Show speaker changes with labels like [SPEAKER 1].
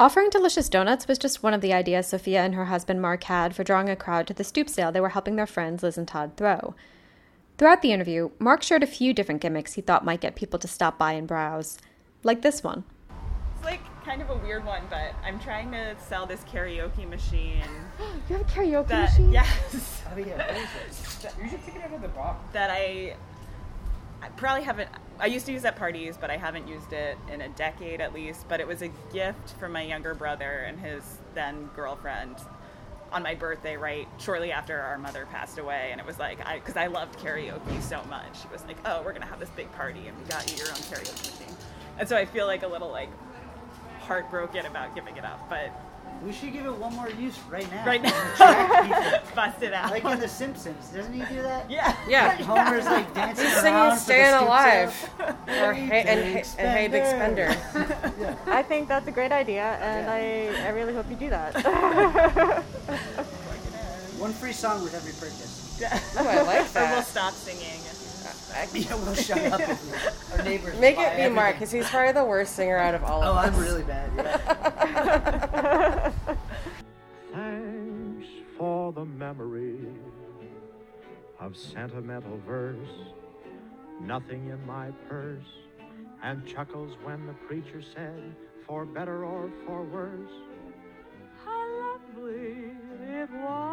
[SPEAKER 1] Offering delicious donuts was just one of the ideas Sophia and her husband Mark had for drawing a crowd to the stoop sale they were helping their friends Liz and Todd throw. Throughout the interview, Mark shared a few different gimmicks he thought might get people to stop by and browse, like this one.
[SPEAKER 2] It's like kind of a weird one, but I'm trying to sell this karaoke machine.
[SPEAKER 1] You have a karaoke
[SPEAKER 2] That
[SPEAKER 1] machine?
[SPEAKER 2] yes,
[SPEAKER 3] Oh yeah, what is it? You should take it out of the box.
[SPEAKER 2] that I, I probably haven't. I used to use at parties, but I haven't used it in a decade at least. But it was a gift from my younger brother and his then girlfriend on my birthday, right shortly after our mother passed away. And it was like, I because I loved karaoke so much. It was like, oh, we're gonna have this big party, and we got you your own karaoke machine. And so I feel like a little like heartbroken about giving it up, but
[SPEAKER 3] We should give it one more use right now.
[SPEAKER 2] Right now.
[SPEAKER 3] Attract people.
[SPEAKER 2] bust it out.
[SPEAKER 3] like in The Simpsons, doesn't he do that?
[SPEAKER 2] yeah.
[SPEAKER 4] Yeah.
[SPEAKER 3] Homer's like dancing
[SPEAKER 4] He's
[SPEAKER 3] around
[SPEAKER 4] singing
[SPEAKER 3] for the
[SPEAKER 4] "Stayin'
[SPEAKER 3] scoop
[SPEAKER 4] Alive"
[SPEAKER 3] sale.
[SPEAKER 4] or hey, and, hey, and "Hey Big Spender."
[SPEAKER 5] I think that's a great idea, and I, I really hope you do that.
[SPEAKER 3] One free song with every purchase.
[SPEAKER 4] Oh, I like
[SPEAKER 2] Or we'll
[SPEAKER 4] that.
[SPEAKER 2] stop singing.
[SPEAKER 3] Yeah, we'll shut up. if Our neighbors. will
[SPEAKER 4] Make
[SPEAKER 3] buy
[SPEAKER 4] it be
[SPEAKER 3] everything.
[SPEAKER 4] Mark, because he's probably the worst singer out of all
[SPEAKER 3] Oh,
[SPEAKER 4] of
[SPEAKER 3] I'm
[SPEAKER 4] us.
[SPEAKER 3] really bad. Yeah.
[SPEAKER 6] Thanks for the memory of sentimental verse. Nothing in my purse, and chuckles when the preacher said, for better or for worse, how lovely it was.